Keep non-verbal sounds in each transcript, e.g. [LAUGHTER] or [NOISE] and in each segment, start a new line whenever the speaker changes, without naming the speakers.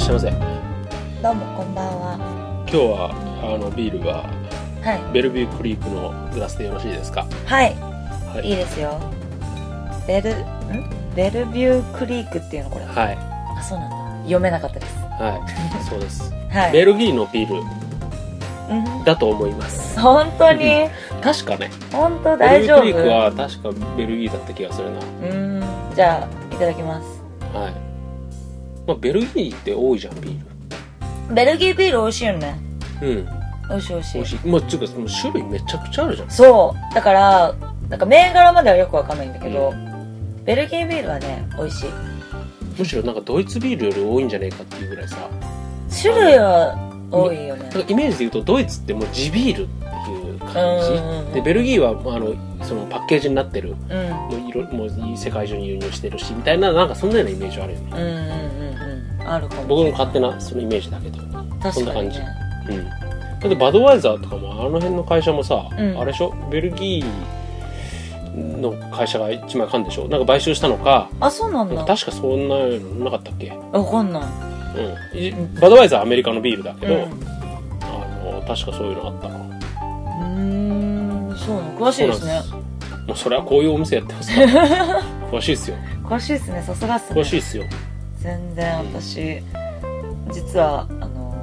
しゃいませ
どうもこんばんは。
今日はあのビールが
はい。
ベルビュークリークのグラスでよろしいですか
は。
はい
いい
い、
ですよ。ベル、んベルビュークリークっていうのこれ。
はい
あ、そうなんだ。読めなかったです。
はい、そうです
はい。
ベルギーのビール
うん。
だと思います
本当 [LAUGHS] に
確かね
本
ベル
当大
ビ
丈
ュー
夫
クリークは確かベルギーだった気がするな
うん。じゃあ、いただきます。
はい、まあ、ベルギーって多いじゃんビー
ベルギービール美味しいよね。
ルうん
美味しい美味し
美
い。
味しいまあっていうかその種類めちゃくちゃあるじゃん
そう。だから、なんか銘柄まではよくわかんないんだけど、ベルギービールはね、美味しい。
むしろなんかドイツビールより多いんじゃないかっていうぐらいさ
種類は多いよね。
なんかイメージで言うとドイツってもう地ビールっていう感
う
じ
んうんうん
でベルギーはまああのそのパッケージになってる
うん。うん
もういろもう世界中に輸入してるしみたいななんかそんなようなイメージはあるよね
うんうんうん。あるかもしれない。
僕の勝手なそのイメージだけどうん
確
そんな
か
感
に
じ
ね。
だってバドワイザーとかもあの辺の会社もさ、
うん
あれでしょベルギーの会社が一枚かんでしょなんか買収したのか
あ、そうなん
なん
だ。
か確かそんなのなかったっけ、
わかんない。
うんい
ん
バドワイザーはアメリカのビールだけど、
う
あの確かそういうのあったな
ーん、そうなの。詳しいです
そう
ね。
なんですもうそれはこういうお店やってますから
[LAUGHS]
詳しいっすよ
詳しいですね。さすがっすね。
詳しいっすよ
全然私、実は、あの、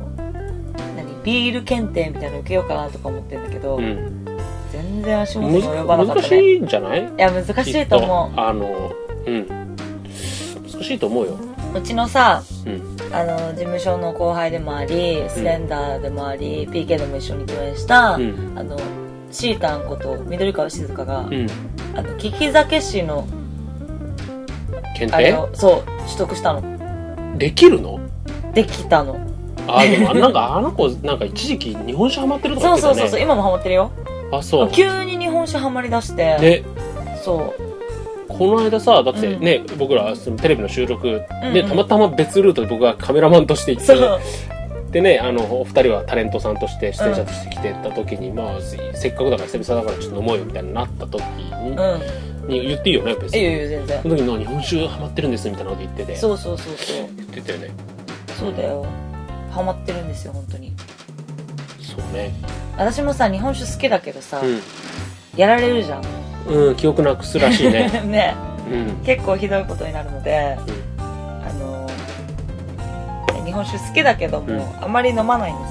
何、ビール検定みたいなの受けようかなとか思ってるんだけど、
うん
全然足元
む
に
ず
及ばなかっ
難
た
し
ね。い
いんじゃない
や、難しいと思
きっあのうん難しいと思うよ
う。うちのさ、
うん
あの、事務所の後輩でもあり、スレンダーでもあり、PK でも一緒に共演した、
うん
あの、シータンこと緑川静香が、
うん
あの、利き酒師の、
検
あれ
定
を、そう、取得したの。
できるの
できたの、
あでもあなんかあ [LAUGHS] の子なんか一時期日本酒ハマってると
そ
か
う
言って
そ
た
うそうそう
ね
今もハマってるよ
あそう
急に日本酒ハマりだして、
で
そう
この間さだって
うん
ね、僕らそのテレビの収録で、
うんうん
たまたま別ルートで僕がカメラマンとして行って
そう
でねあのお二人はタレントさんとして出演者として来てた時に、まあせせっかくだから久々だからちょっと飲もうよみたいになった時に,、
うん
に言っていいよね別
いいよ
に
いいよ全然
その時の日本酒ハマってるんですみたいなこと言ってて
そうそうそうそう
言ってたよね
そうだよハマってるんですよ本当に
そうね
私もさ日本酒好きだけどさ、
う
やられるじゃん
ん、うん、記憶なくすらしい [LAUGHS] ね
[LAUGHS] ね
うん
結構ひどいことになるのであの日本酒好きだけども、
うん
あまり飲まないんで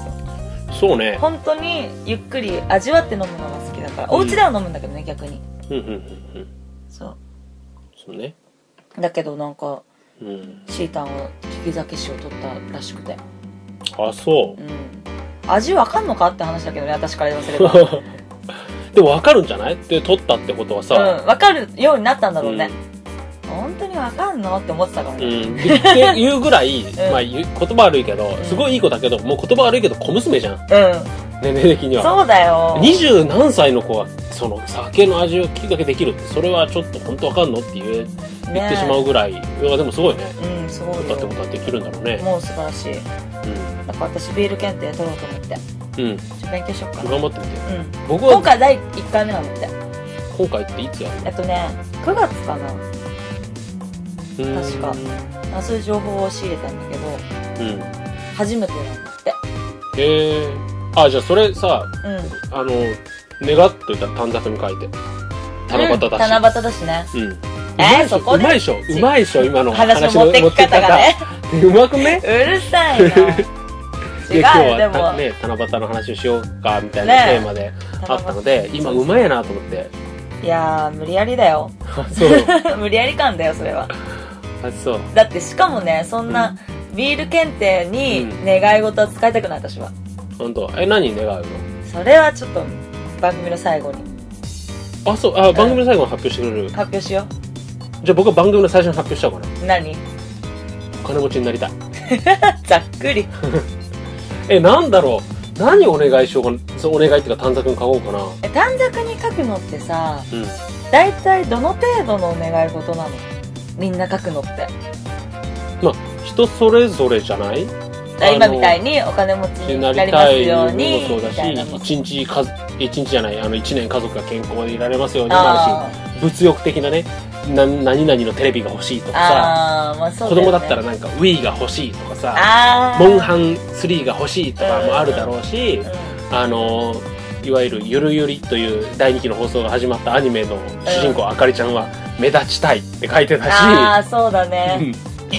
すよ
そうね
本当にゆっくり味わって飲むのが好きだから、
うん
お家では飲むんだけどね逆に
うんうんうんうん
そ
そうね
うだけどなんか
うん
シータンは利き酒師を取ったらしくて
あそううん
味わかんのかって話だけどね私から言わせ
[LAUGHS]
れば
[LAUGHS] でも分かるんじゃないって取ったってことはさ、
うんわかるようになったんだろうね
うん、
本当にわかんのって思ってたから
う
ね、
ん、
[LAUGHS]
でって言うぐらい、
ん
まあ、言う言葉悪いけど
うん
すごいいい子だけどもう言葉悪いけど小娘じゃん
うん
年齢的には
そうだよ
二十何歳の子がその酒の味を聞きかけできるってそれはちょっと本当わかんのって言え言ってしまうぐらい、いやでもすごいね
うんすごい
だってことはできるんだろうね
よもう素晴らしいだから私ビール検定取ろうと思ってちょ
うん、うん、
っと勉強しよっかな、
頑張ってみて
うん、
僕
今
は
回第1回目なんだって
今回っていつやる
えっとね9月か
うん
確かなあそういう情報を仕入れたんだけど
うん
初めてなんだって
へえあじゃあそれさ
う
あの願っといたら短冊に書いて
ん
七夕だし、
うん七夕だしね
うん。
えーそこ
う
で
まいでしょうまいで
[LAUGHS]
しょ今の
話の持ってき方がね
持ってき方う [LAUGHS] まくね
うるさいな
いや
違うよで
今日は
も、
たね七夕の話をしようかみたいな
ね
テーマで [LAUGHS] あったので、今うまいなと思
[LAUGHS]
って
いやー無理やりだよ [LAUGHS]
あそう
無理やり感だよそれは
あそう
だってしかもねそんな、ビール検定に願い事は使いたくない私は
本当え何願う
それはちょっと番組の最後に
のあそうあ番組の最後に発表してくれる、
発表しよ
じゃあ僕は番組の最初に発表しちゃおうかな
う何
お金持ちになりたい
ざっくり
えなんだろう何お願いしようかそうお願いっていうか短冊に書こうかな
え短冊に書くのってさ
うん
大体どの程度のお願い事なのみんな書くのって
まあ人それぞれじゃない
だ
あの
今みたいにお金持ちにな
なり
りま
た
す
い
よう
の
に
もそうだ
み
した
いなもん
一日か一日じゃないあの一年家族が健康でいられますようにもあ
あ
るし物欲的なねな何々のテレビが欲しいとかさ、
ああまあそう
子
だよね
供だったらなんか Wii が欲しいとかさ
ああ
モンハン3が欲しいとかもあるだろうし、
う
あのいわゆる「ゆるゆり」という第2期の放送が始まったアニメの主人公、あかりちゃんは「目立ちたい」って書いて
んあ
た
あそうだ
し、
ね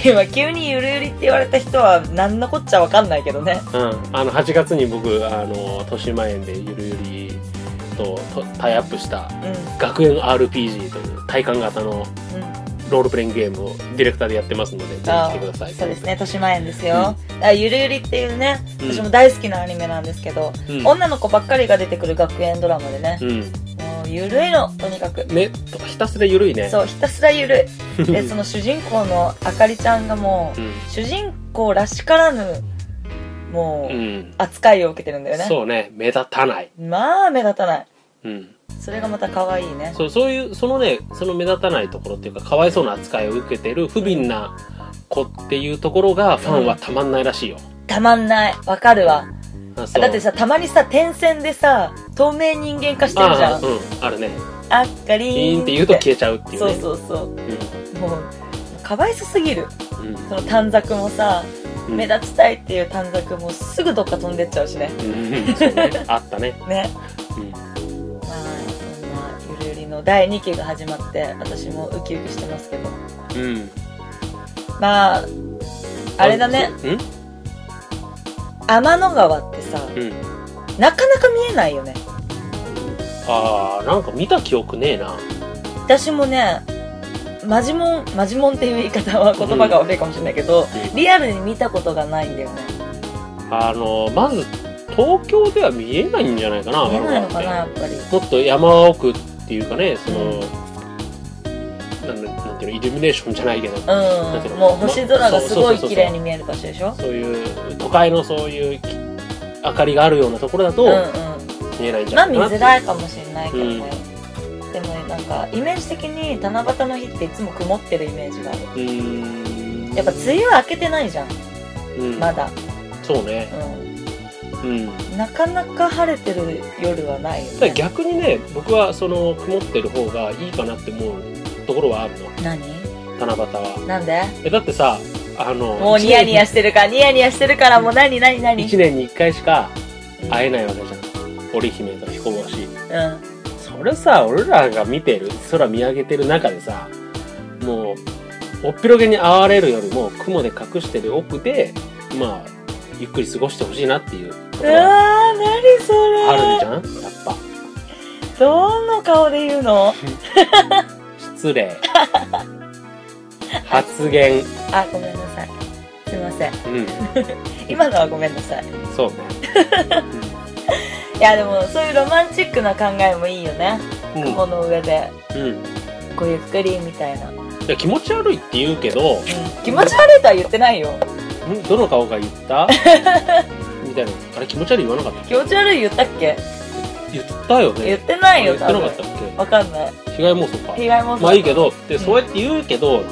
今急にゆるゆりって言われた人は何のこっちゃわかんないけどね
うん、あの8月に僕あの豊島園でゆるゆりととタイアップした
うんうん
学園 RPG という体感型のロールプレイングゲームをディレクターでやってますのでぜ
あ
ひ来てください
そうですね豊島園ですよ、あゆるゆりっていうね
うん
私も大好きなアニメなんですけど、
うん
女の子ばっかりが出てくる学園ドラマでね、
うん
もうゆるいのとにかく、
ねとひたすらゆるいね
そうひたすらゆる
う
い
ん
でその主人公のあかりちゃんがもう、主人公らしからぬも
う
う、
ん、
扱いを受けてるんだよね
そうね目立たない、
まあ目立たない
うん、
それがまた可愛いね
そうそういうそのねその目立たないところっていうかかわいそうな扱いを受けてる不憫な子っていうところがファンはたまんないらしいよ、
たまんないわかるわ
あそう
だってさたまにさ点線でさ透明人間化してるじゃ
あ
ん
ーうんあるね
あっかり
ピ
ー
ー
ん
ンって言うと消えちゃうっていう
そう
ね
そうそうもうかわいそすぎる
うんうん
その短冊もさ、
うん
目立ちたいっていう短冊もすぐどっか飛んでっちゃうしね
うんそうねあったね、
ね
うん
まあそんなゆるゆりの第2期が始まって私もウキウキしてますけど
うん、
まああれだね
うん
天の川ってさ
うん
なかなか見えないよね
ああなんか見た記憶ねえな
私もねマジモンマジモンっていう言い方は言葉が悪いかもしれないけど、
うん
リアルに見たことがないんだよね
あのまず東京では見えないんじゃないかな
見えないのかな
あ
やっぱり
のもっと山奥っていうかねその、なんだなんていうのイルミネーションじゃないけどだけ
う
ど
んもう星空がすご
そうそうそ
い
うそう
綺麗に見える場所でしょ
そういう都会のそういうき明かりがあるようなところだと
うんうん
見えないんじ
ま
ゃ
あ
ない
見
かな、
づらいかもしれないけどね、でもなんかイメージ的に七夕の日っていつも曇ってるイメージがある
うーん
やっぱ梅雨は明けてないじゃん
うん
まだ、
そうね
う
うん
ん、なかなか晴れてる夜はないよ
ただ
ね
逆にね僕はその曇ってる方がいいかなって思うところはあるの
何
七夕は
なんで
えだってさあの
もうニヤニヤしてるからニヤニヤしてるからもう何何何
1年に1回しか会えないわけじゃん織姫と彦星
うん
それさ俺らが見てる空見上げてる中でさもうおっぴろげに会われるよりも雲で隠してる奥でまあゆっくり過ごしてほしいなっていうこと
う
が
わー何そ
あるじ
れ
ゃんやっぱ
どの顔で言うの
失
[LAUGHS]
礼発言
あごめんなさいすいません
うん
今のはごめんなさい
そう
[LAUGHS]
ね
いやでもそういうロマンチックな考えもいいよね
うん、うん
雲の上で
うん
ごゆっくりみたいな、うん、
いや気持ち悪いって言うけど
気持ち悪いとは言ってないよ
んどの顔が言った
[LAUGHS]
みたいなあれ気持ち悪い言わなかった
気持ち悪い言ったっけ
言ったよね
言ってないよ
言って
多
な
分
かったっけ
わかんない
被害妄想か
被害妄想
まあいいけど
う
で
ん
そうやって言うけど、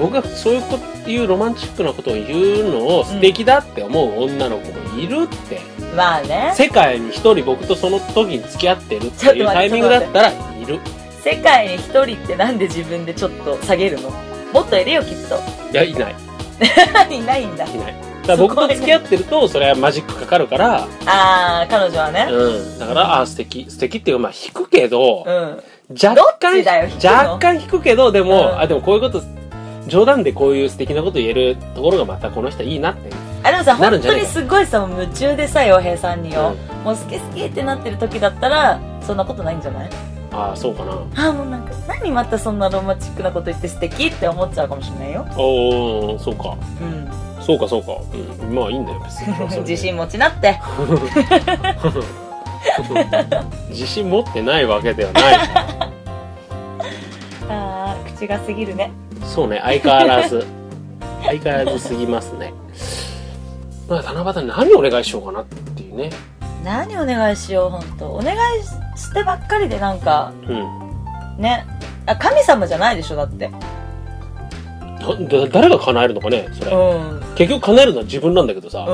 僕がそういうこというロマンチックなことを言うのを素敵だって思う女の子もいるって、
うんまあね
世界に一人僕とその時に付き合ってるって
ちょっ
い
と
う
待って
タイミングだったらいる
世界に一人ってなんで自分でちょっと下げるのもっといるよきっと
いやいない
いないんだ
いないだから僕と付き合ってるとそれはマジックかかるから、
ああ彼女はね
うん、だからああ素敵素敵っていうかまあ引くけど、
うん
若
どっ
干
ちだよ引くの
若干引くけどでも、
うん
あでもこういうこと冗談でこういう素敵なこと言えるところがまたこの人いいなって
あでもさ
なる
本
んじゃね
当
え
に
か
すごいさもう夢中でさ洋平さんによ、
う
もう好き好きってなってる時だったらそんなことないんじゃない
ああそうかな
あーもうなんか何またそんなロマンチックなこと言って素敵って思っちゃうかもしれないよ
おおそうか
うん
そうかそうか、うん、まあいいんだよ別にそれ
[LAUGHS] 自信持ちなって
自信持ってないわけでは
[LAUGHS]
ない
あー口が過ぎるね
そうね相変わらず相変わらずすぎますねまあ七夕に何お願いしようかなっていうね
何お願いしよう本当お願いししてばっかりでなんか
うん
ねあ神様じゃないでしょだって
だだ誰が叶えるのかねそれ
んうん [LAUGHS]
結局叶えるのは自分なんだけどさ、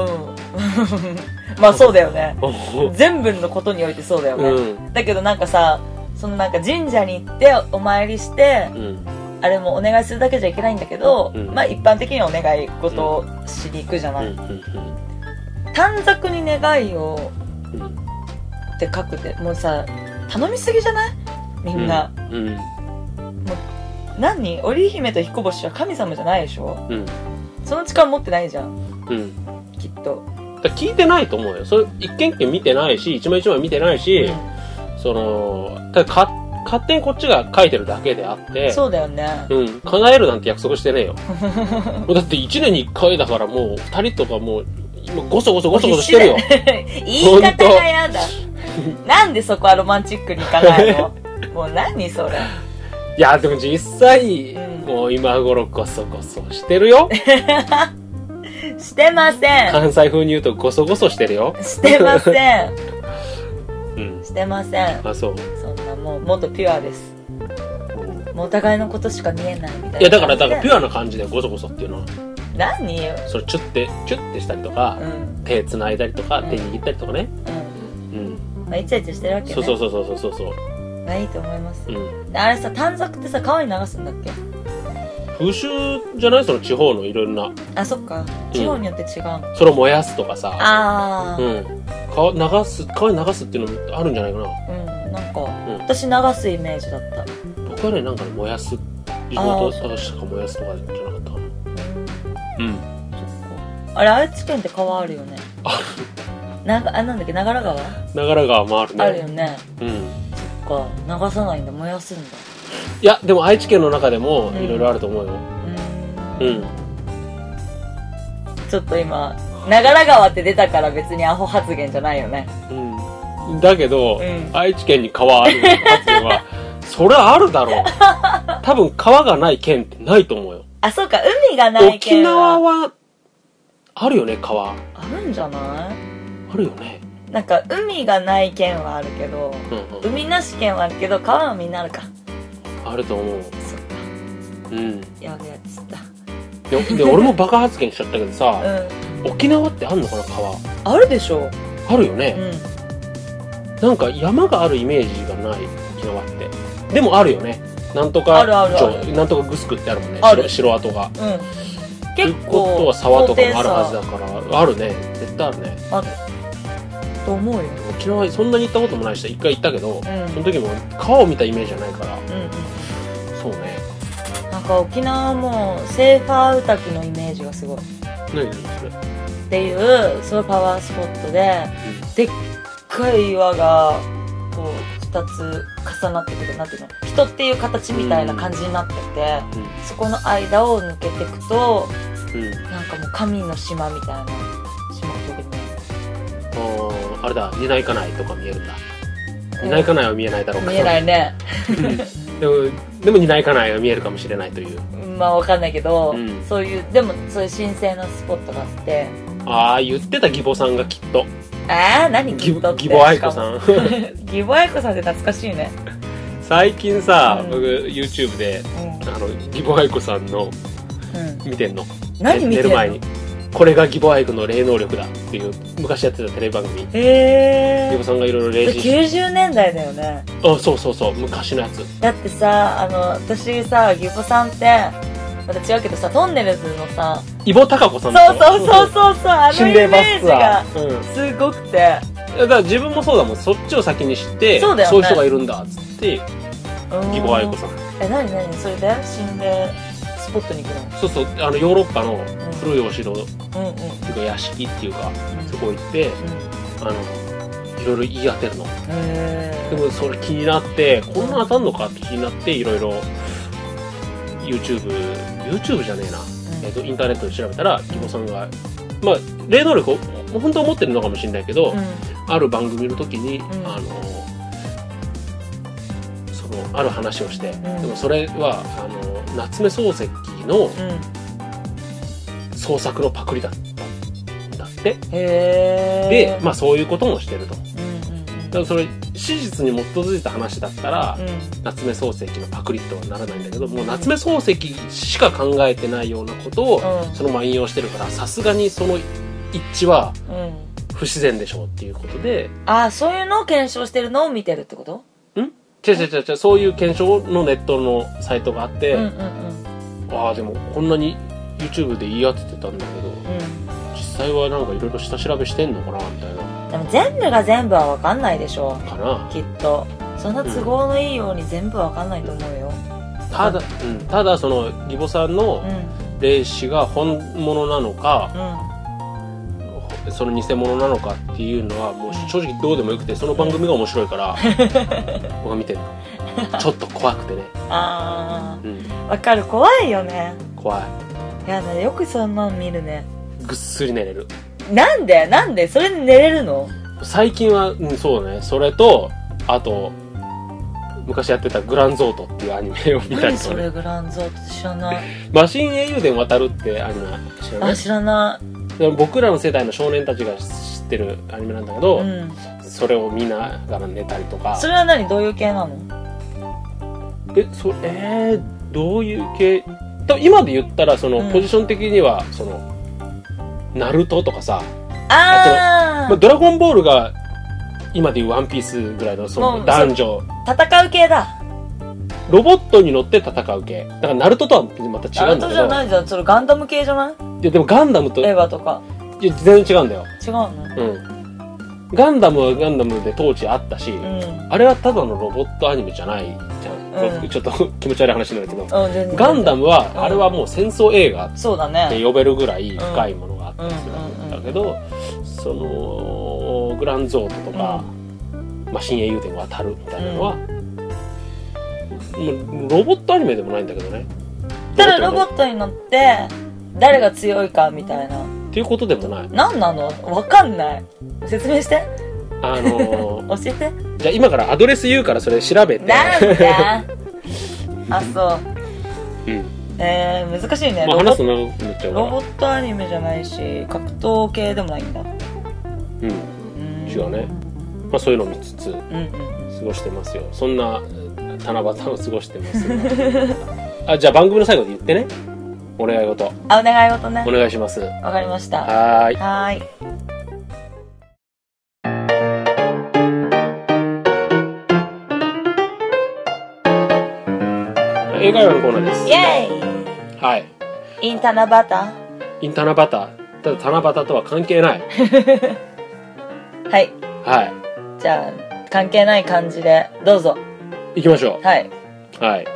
まあそうだよね
うん、
全部のことにおいてそうだよね、
うん
だけどなんかさそのなんか神社に行ってお参りして
うん
あれもお願いするだけじゃいけないんだけど、
うん
まあ一般的にはお願い事をしに行くじゃ
う
ない、
んうん
短冊に願いを
うんうん
って書くってもうさ頼みすぎじゃないみんな、
うん
何織姫と彦星は神様じゃないでしょ
うん
その力持ってないじゃん
うん
きっと、
だから聞いてないと思うよそれ一件一件見てないし一枚一枚見てないし、そのただか勝手にこっちが書いてるだけであって
そうだよね
うん、叶えるなんて約束してねえよもうだって1年に1回だからもう2人とかもう今ごそごそごそごそしてるよ
言い方がやだなんでそこはロマンチックにいかな
[LAUGHS]
いのもう何それ
いやでも実際、
うん
もう今頃ごそごそしてるよ
してません
関西風に言うとごそごそしてるよ
してません
うん
してません
あそう
そんなもうもっとピュアですもうお互いのことしか見えないみたいない
いやだからだからピ
ア
ュアな感じでごそごそっていうのは
何よ
それチュッてチュッてしたりとか
うん、うん
手繋いだりとか手握ったりとかねうん
まあ、イチャイチャしてるわけね
そうそうそうそうそうそう
まあいいと思います
う、ん、
あれさ短冊ってさ川に流すんだっけ
風習じゃないその地方のいろんな
あそっか地方によって違うの、
それを燃やすとかさ
あ
う
ー
ん川流す川に流すっていうのもあるんじゃないかな
うん、なんか、
ん
私流すイメージだった
僕はねなんかね燃やす地元探しとか燃やすとかじゃなかったかなうん
そっかあれ愛知県って川あるよねなあなんだっけ長良川、
長良川もあるね
あるよね
うん、
そっか流さないんだ燃やすんだ
いやでも愛知県の中でも
うん
いろいろあると思うよ、
う
うん
んちょっと今長良川って出たから別にアホ発言じゃないよね
うんだけど、
うん
愛知県に川あるかっていうの
[LAUGHS]
はそれはあるだろう多分川がない県ってないと思うよ
あそうか海がない
沖
県は
縄はあるよね川
あるんじゃな
あるよね
いなんか海がない県はあるけど
うんうん
海なし県はあるけど川はみんなあるか
あると思う
そっか
うんで
やべえやつだ
で俺も爆発言しちゃったけどさ
うん
沖縄ってあんのかな川
あるでしょ
あるよ
う
ね、
ん
なんか山があるイメージがない沖縄ってでもあるよねなんとか
あるあるある
城なんとかグスクってあるもんね
ある
城城跡が
うん
という
結
こと
構
は沢とかもあるはず
高
だからあるね絶対あるね
低差あると思うよ
沖縄そんなに行ったこともないし一回行ったけど、
うん
その時も川を見たイメージじゃないから
うんうん
そうね
なんか沖縄はもうセーファーウタキのイメージがすごいっ
何何それ
ていうすごいパワースポットででっかい岩がこう2つ重なってくるなんていうの人っていう形みたいな感じになってて、
う
そこの間を抜けていくと
んうん
なんかもう神の島みたいな島っていうかね
おーあれだ、担いかないとか見えるんだ。担いかないは見えないだろうか。。
見えないいね
でも、でも担いかないは見えるかもしれないという。
うんまあわかんないけど、
うん
そういうでもそういう神聖なスポットがあって
ああ、言ってた義母さんがきっと。
ああ何
義
ギ
母
ボ
義母愛子さ
ん
ん。
[LAUGHS] ギボ愛子さんって懐かしいね
[LAUGHS] 最近さ、
うん
僕、YouTube で、
うん、
あの、義母愛子さんの
うん、
見てんの。
何見て
寝
んの
る前に。これが義母愛子の霊能力だっていう、昔やってたテレビ番組。義
へ
母さんがいろいろ霊視して。
90年代だよね
あ、そうそうそう、昔のやつ。
だってさあの私さギボさんってまた違うけどさトンネルズのさ
イボタカ子さ
そ
ん
う
と
そうそうそうそうあの
心
イ
霊
メ
バス
ージ
ツア
が
ー。うん。
すごくて
だから自分もそうだもんそっちを先に知って
そうだよね
いう人がいるんだっつって義母愛子さん
え何何それで心霊スポットに行く
そうそうあのヨーロッパの古いお城って
のうんうん
いうか屋敷っていうか
うん
そこ行って
う
あのいろいろ言い当てるの
んへ
でもそれ気になってこんな当たんのかって気になっていろいろ YouTubeYouTube じゃねえな、えっとインターネットで調べたら義母さんがまあ霊能力を本当は持ってるのかもしれないけど、ある番組の時に、
ん
あのそのある話をして、
ん
でもそれはあの夏目漱石の
うんうん
創作のパクリだったんだって
へえ
で、まあ、そういうこともしてるとだ
うんうん
からそれ史実に基づいた話だったら、
うんうん
夏目漱石のパクリとはならないんだけどもう夏目漱石しか考えてないようなことを、
うん
そのまま引用してるからさすがにその一致は
うん
不自然でしょうっていうことで
ああそういうのを検証してるのを見てるってこと
ん違う違う違う違うそういう検証のネットのサイトがあって、
うんうんうん
ああでもこんなに YouTube で言い当ててたんだけど
うん
実際はなんかいろいろ下調べしてんのかなみたいな
でも全部が全部は分かんないでしょ
かな
きっとそんな都合のいいように全部は分かんないと思うよ
ただ、うん、ただその義母さん
う
の
んうん
霊視が本物なのかその偽物なのかっていうのはもう正直どうでもよくてその番組が面白いから
[LAUGHS]
僕は見てるのちょっと怖くてね、
あ
うん、
ー分かる怖いよね
怖い
やだよくそんなん見るね
ぐっすり寝れる
なんでなんでそれで寝れるの
最近は、うん、そうだねそれとあと昔やってた「グランゾート」っていうアニメを見たり
何
と
そ
かね
れグランゾート知らない
マシン英雄伝渡るってアニメ知らな
あ
い
知らない
でも僕らの世代の少年たちが知ってるアニメなんだけど、
うん
それを見ながら寝たりとか
それは何どういう系なの
えそえー、どういう系多分今で言ったらその、
うん
ポジション的にはそのナルトとかさ、
あ
まあ、ドラゴンボールが今でいうワンピースぐらいのそ
も
の
う
男女
あ戦う系だ
ロボットに乗って戦う系だからナルトとはまた
あ
違う
なん
だ
た
け
じゃ
ど
ないじゃんそれガンダム系じゃない
いやでもガンダムとい
エ
や
ヴァとか
全然違うんだよ
違うの
うんガンダムはガンダムで当時あったし、
うん
あれはただのロボットアニメじゃないじゃん、
うん
ちょっと気持ち悪い話になるけど
うん全然
ガンダムは、
うん
あれはもう戦争映画っ
そうだ
て
ね
呼べるぐらい深いものがあったりする
うん
んだけど、そのグランゾートとか、マシン英雄伝を渡るみたいなのは、もうロボットアニメでもないんだけどね
ただロボ
ト
ットに乗って誰が強いかみたいな
っていうことでもない
何なのわかんない説明して
あの
[LAUGHS] 教えて
ーじゃあ今からアドレス言うからそれ調べて
なんで
[LAUGHS]
あそう
うん
えー、難しいね
まあ、
ロボ
話すの長くなっちゃうか
ロ
ら
ボットアニメじゃないし格闘系でもないんだ
うん
うん
違うねまあ、そういうのを見つつ
うんうん
過ごしてますよそんなえー七夕を過ごしてます
[LAUGHS]
があじゃあ番組の最後で言ってねお願い事
あお願い事ね
お願いします
わかりました
はーい
はーい
映画用のコーナーです
イェ
はい
イインタナバタ
インタナバタただ七夕とは関係ない
はい
は
じゃあ関係ない感じでどうぞ
い行きましょ
はい。
うはい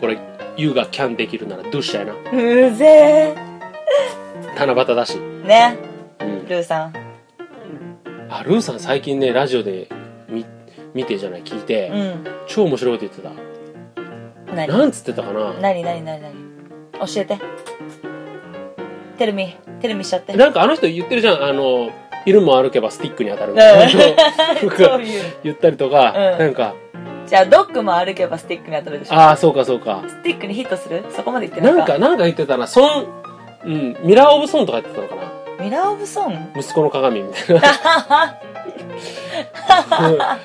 これ優がキャンできるならどうしたいな
うぜ
七夕だし、
ー。ね、
うん、
ルーさん。
あルーさん最近ねラジオで見見てじゃない聞いて、
うん。
超面白いこと言ってた
何
なんつってたかな
何何何何教えて。テルミ、テルミしちゃって。
なんかあの人言ってるじゃんあの犬も歩けばスティックに当たるみたいな
うん
僕
[LAUGHS] そう
が
いう。
言ったりとか、
うん
なんか
じゃあ、ドッグも歩けばスティックに当たるでしょ。
ああそうかそうか
スティックにヒットするそこまで言って
な
なんい
か
か。
なんか言ってたなソン、うん、ミラー・オブ・ソンとか言ってたのかな
ミラーオブソン
息子の鏡みたいな [LAUGHS]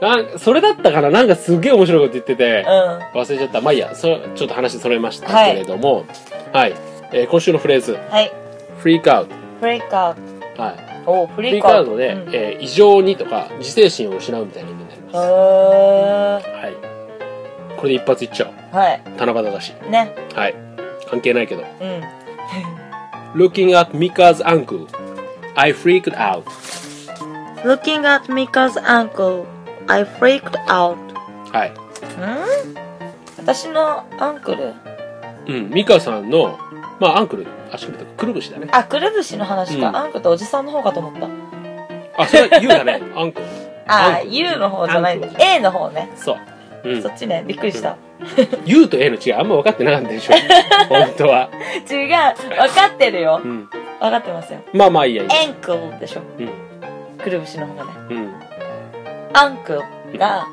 なんかそれだったかななんかすげえ面白いこと言ってて
うん。は
忘れちゃったまあいいやそちょっと話それました
はい
けれどもはい、えー今週のフレーズ
い。
「フリークアウ
フリーカー
ト」はい
ド。おフ
フ
リ
リ
ー
ー
カ
クアウ
ー
ト
ド。
で、
うんへ
えー異常にとか自制心を失うみたいな意味になります、
ー。
はいこれで一発いっちゃおう
は
七夕だし
い。ね。
はい関係ないけど
うん。
Looking at Mika's uncle I freaked out
Looking at Mika's ankle, I freaked out.
はい
ん私のアンクル
うんミカさんのまあアンクル足首とかくるぶしだね
あくるぶしの話か、
うん
アンクルっておじさんの方かと思った
あそれは U だね [LAUGHS] アンクル
あ
アンクル
U の方じゃないん
ア
だ
ンク
A の方ね、
そう、うん
そ、っちねびっくりした、
U と A の違いあんま分かってなかった
[LAUGHS]
でしょ本当は、
違う分かってるよ
うん、
分かってますよ
まあまあいいやいいや
エンクルでしょ
うん
くるぶしの方がね
うん
アンクルが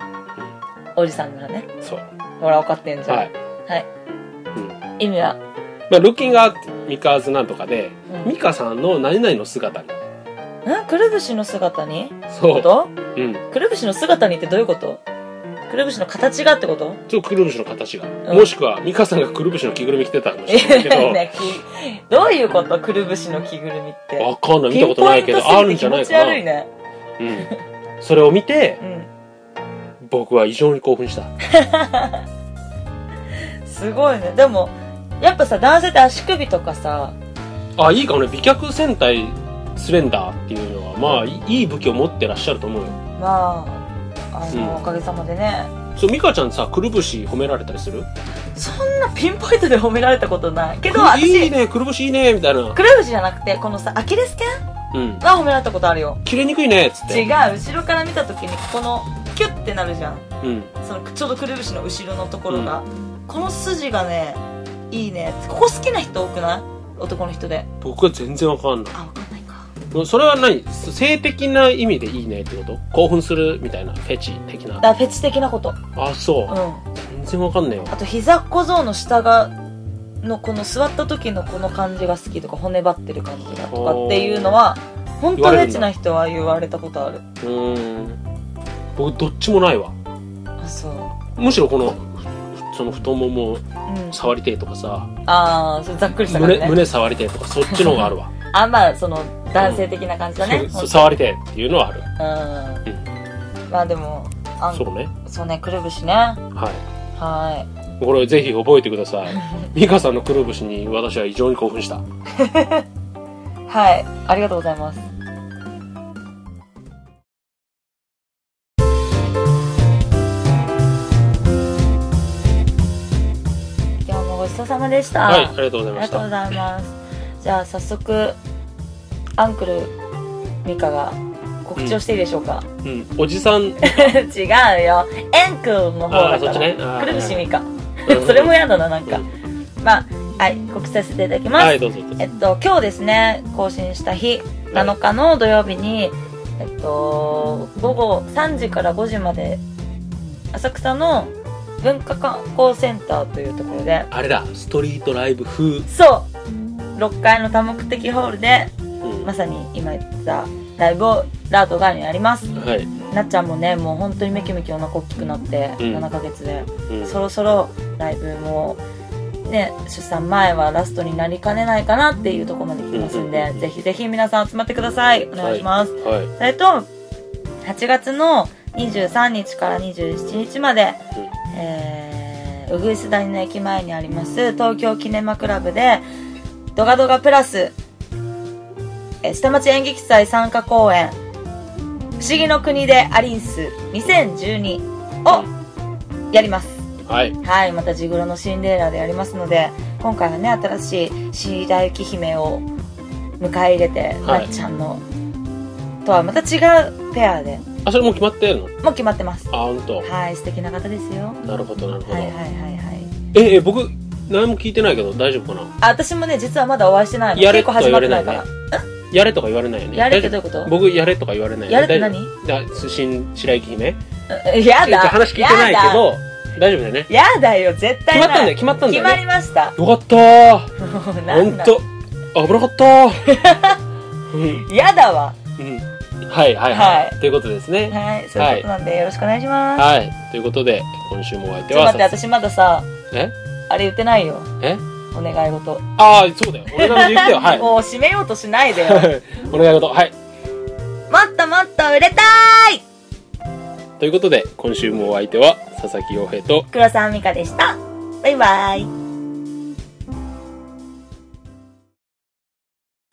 おじさんだね
そう
ほら分かってんじゃん
は
はい
う
い、、
ん
意味は
まあ、Looking at Mika's なんとかで、
うん
ミカさんの何々の姿に
んくるぶしの姿に
そ
こ
う、
と
うん、
くるぶしの姿にってどういうことくるぶしの形がってこと
ちょっとくるぶしの形が、
うん
もしくはミカさんがくるぶしの着ぐるみ着てたかも
え
しれないけど、
[LAUGHS] ねきどういうことくるぶしの着ぐるみって
わかんない見たことないけどあるんじゃないか
ピンポイントすぎて気持ち悪い
な、
ね。
うん、それを見て
うん。
僕は異常に興奮した。
すごいねでもやっぱさ男性って足首とかさ
あ、いいかもね。美脚戦隊スレンダーっていうのは、まあ、いいい武器を持ってらっしゃると思うよ。
まああ
う
の、
ん
おかげさまでね
そう、ミカちゃんさ、くるぶし褒められたりする
そんなピンポイントで褒められたことないけど
いい
私
ね、くるぶしいいね、みたいな。
くるぶしじゃなくてこのさアキレス腱
うん。
は褒められたことあるよ
切れにくいね、つっ
違
て。
う後ろから見た時にここのキュッてなるじゃん
うん。
そのちょうどくるぶしの後ろのところが、この筋がねいいねここ好きな人多くない男の人で
僕は全然わかんない。
あわかんないか
うんそれは何性的な意味でいいねってこと興奮するみたいな、フェチ的な。
だフェチ的なこと
あ、そうう。全
ん
然わかんないわ。
あと膝小僧の下がのこの座った時のこの感じが好きとか骨張ってる感じがとかっていうのは本当にエッチな人は言われたことある
うーん。僕、どっちもないわ。
あそう
むしろこの、ふその太もも
うん
触りてえとかさ、
ああそれざっくりした感じ
胸、
ね
胸触りてえとか、そっちの方があるわ。
あまあその男性的な感じだね、
[LAUGHS] そうそう
本
触りてえっていうのはある。
当うんまあでもあん
そうね。
そうねくるぶしねは
はい。
ーい
これぜひ覚えてくだ
[LAUGHS]
さい。ミカさんのくるぶしに私は異常に興奮した。
はい、ありがとうございます。今日もごちそうさまでした。
はい、
あ
ありがとうござい
り
ま
が
し
とう
た。
ございます。じゃあ早速アンクルミカが告知をしていいでしょうか。
うん、おじさん、
[LAUGHS] 違うよ。エンクルの方
あ
だ
あ、そ
か
っち
ら。
ね。あー
くるぶしミカ。
うん
[LAUGHS] それも嫌だななんか
うん。
まあはい告知させていただきます。
はい、どうぞ。
えっと、今日ですね、更新した日、
はい
7日の土曜日に、えっと、午後3時から5時まで、浅草の文化観光センターというところで、
あれだ、ストリートライブ風。
そう、6階の多目的ホールで、
うん
まさに今言ったライブをラートガーにやります。
はい。
なっちゃんもね、もう本当にめきめきお腹大きくなって、
うん
7ヶ月で、
うん
そろそろライブも、ね、出産前はラストになりかねないかなっていうところまで来てますん
うんうん
で
う、ん
ぜひぜひ皆さん集まってください。お願いします。
は
それと、8月の23日から27日まで、えー、うぐいす谷の駅前にあります、東京キネマクラブで、ドガドガプラス、えー下町演劇祭参加公演、不思議の国でアリンス2012をやります。
い。はい。
はい、またジグロのシンデレラでやりますので、今回はね、新しい白雪姫を迎え入れて、
はい
なっちゃんの、とはまた違うペアで、
あ、それもう決まってんの
もう決まってます。
あ、ほんと。
はい、素敵な方ですよ。
なるほど、なるほ
は
ど
いはい。はいはい。
え、え、僕、何も聞いてないけど、大丈夫かな
あ、私もね、実はまだお会いしてないの。
やれ
結構始まってないから
と。やれとか言われないよね。
やれって
大丈夫
どういうこと
僕、やれとか言われないよね
やれっ
大
て何
丈夫だ、すしん、白雪姫
うんやだ。
話聞いてないけど、大丈夫だよね。
やだ。やだよ、絶対
決まったんだよ
ない。
決まったんだよね
決まりました。
よかったー。
もうな
ほ
ん
ん
だ
と危なかったー [LAUGHS] うん、
やだわ。
うん、はいはいはい、
は
ということですね
はい、そういうことなんで、よろしくお願いします。
はいということで今週もお相手
ちょっ
は
と待って、私まださ、
え
あれ言ってないよ。
え
お願い事。
ああそうだよ俺から言ってよ
[LAUGHS]
はい
もう締めようとしないでよ。
お願い事はい
もっともっと売れたーい
ということで今週もお相手は佐々木陽平と
黒沢美香でした。バイバイ。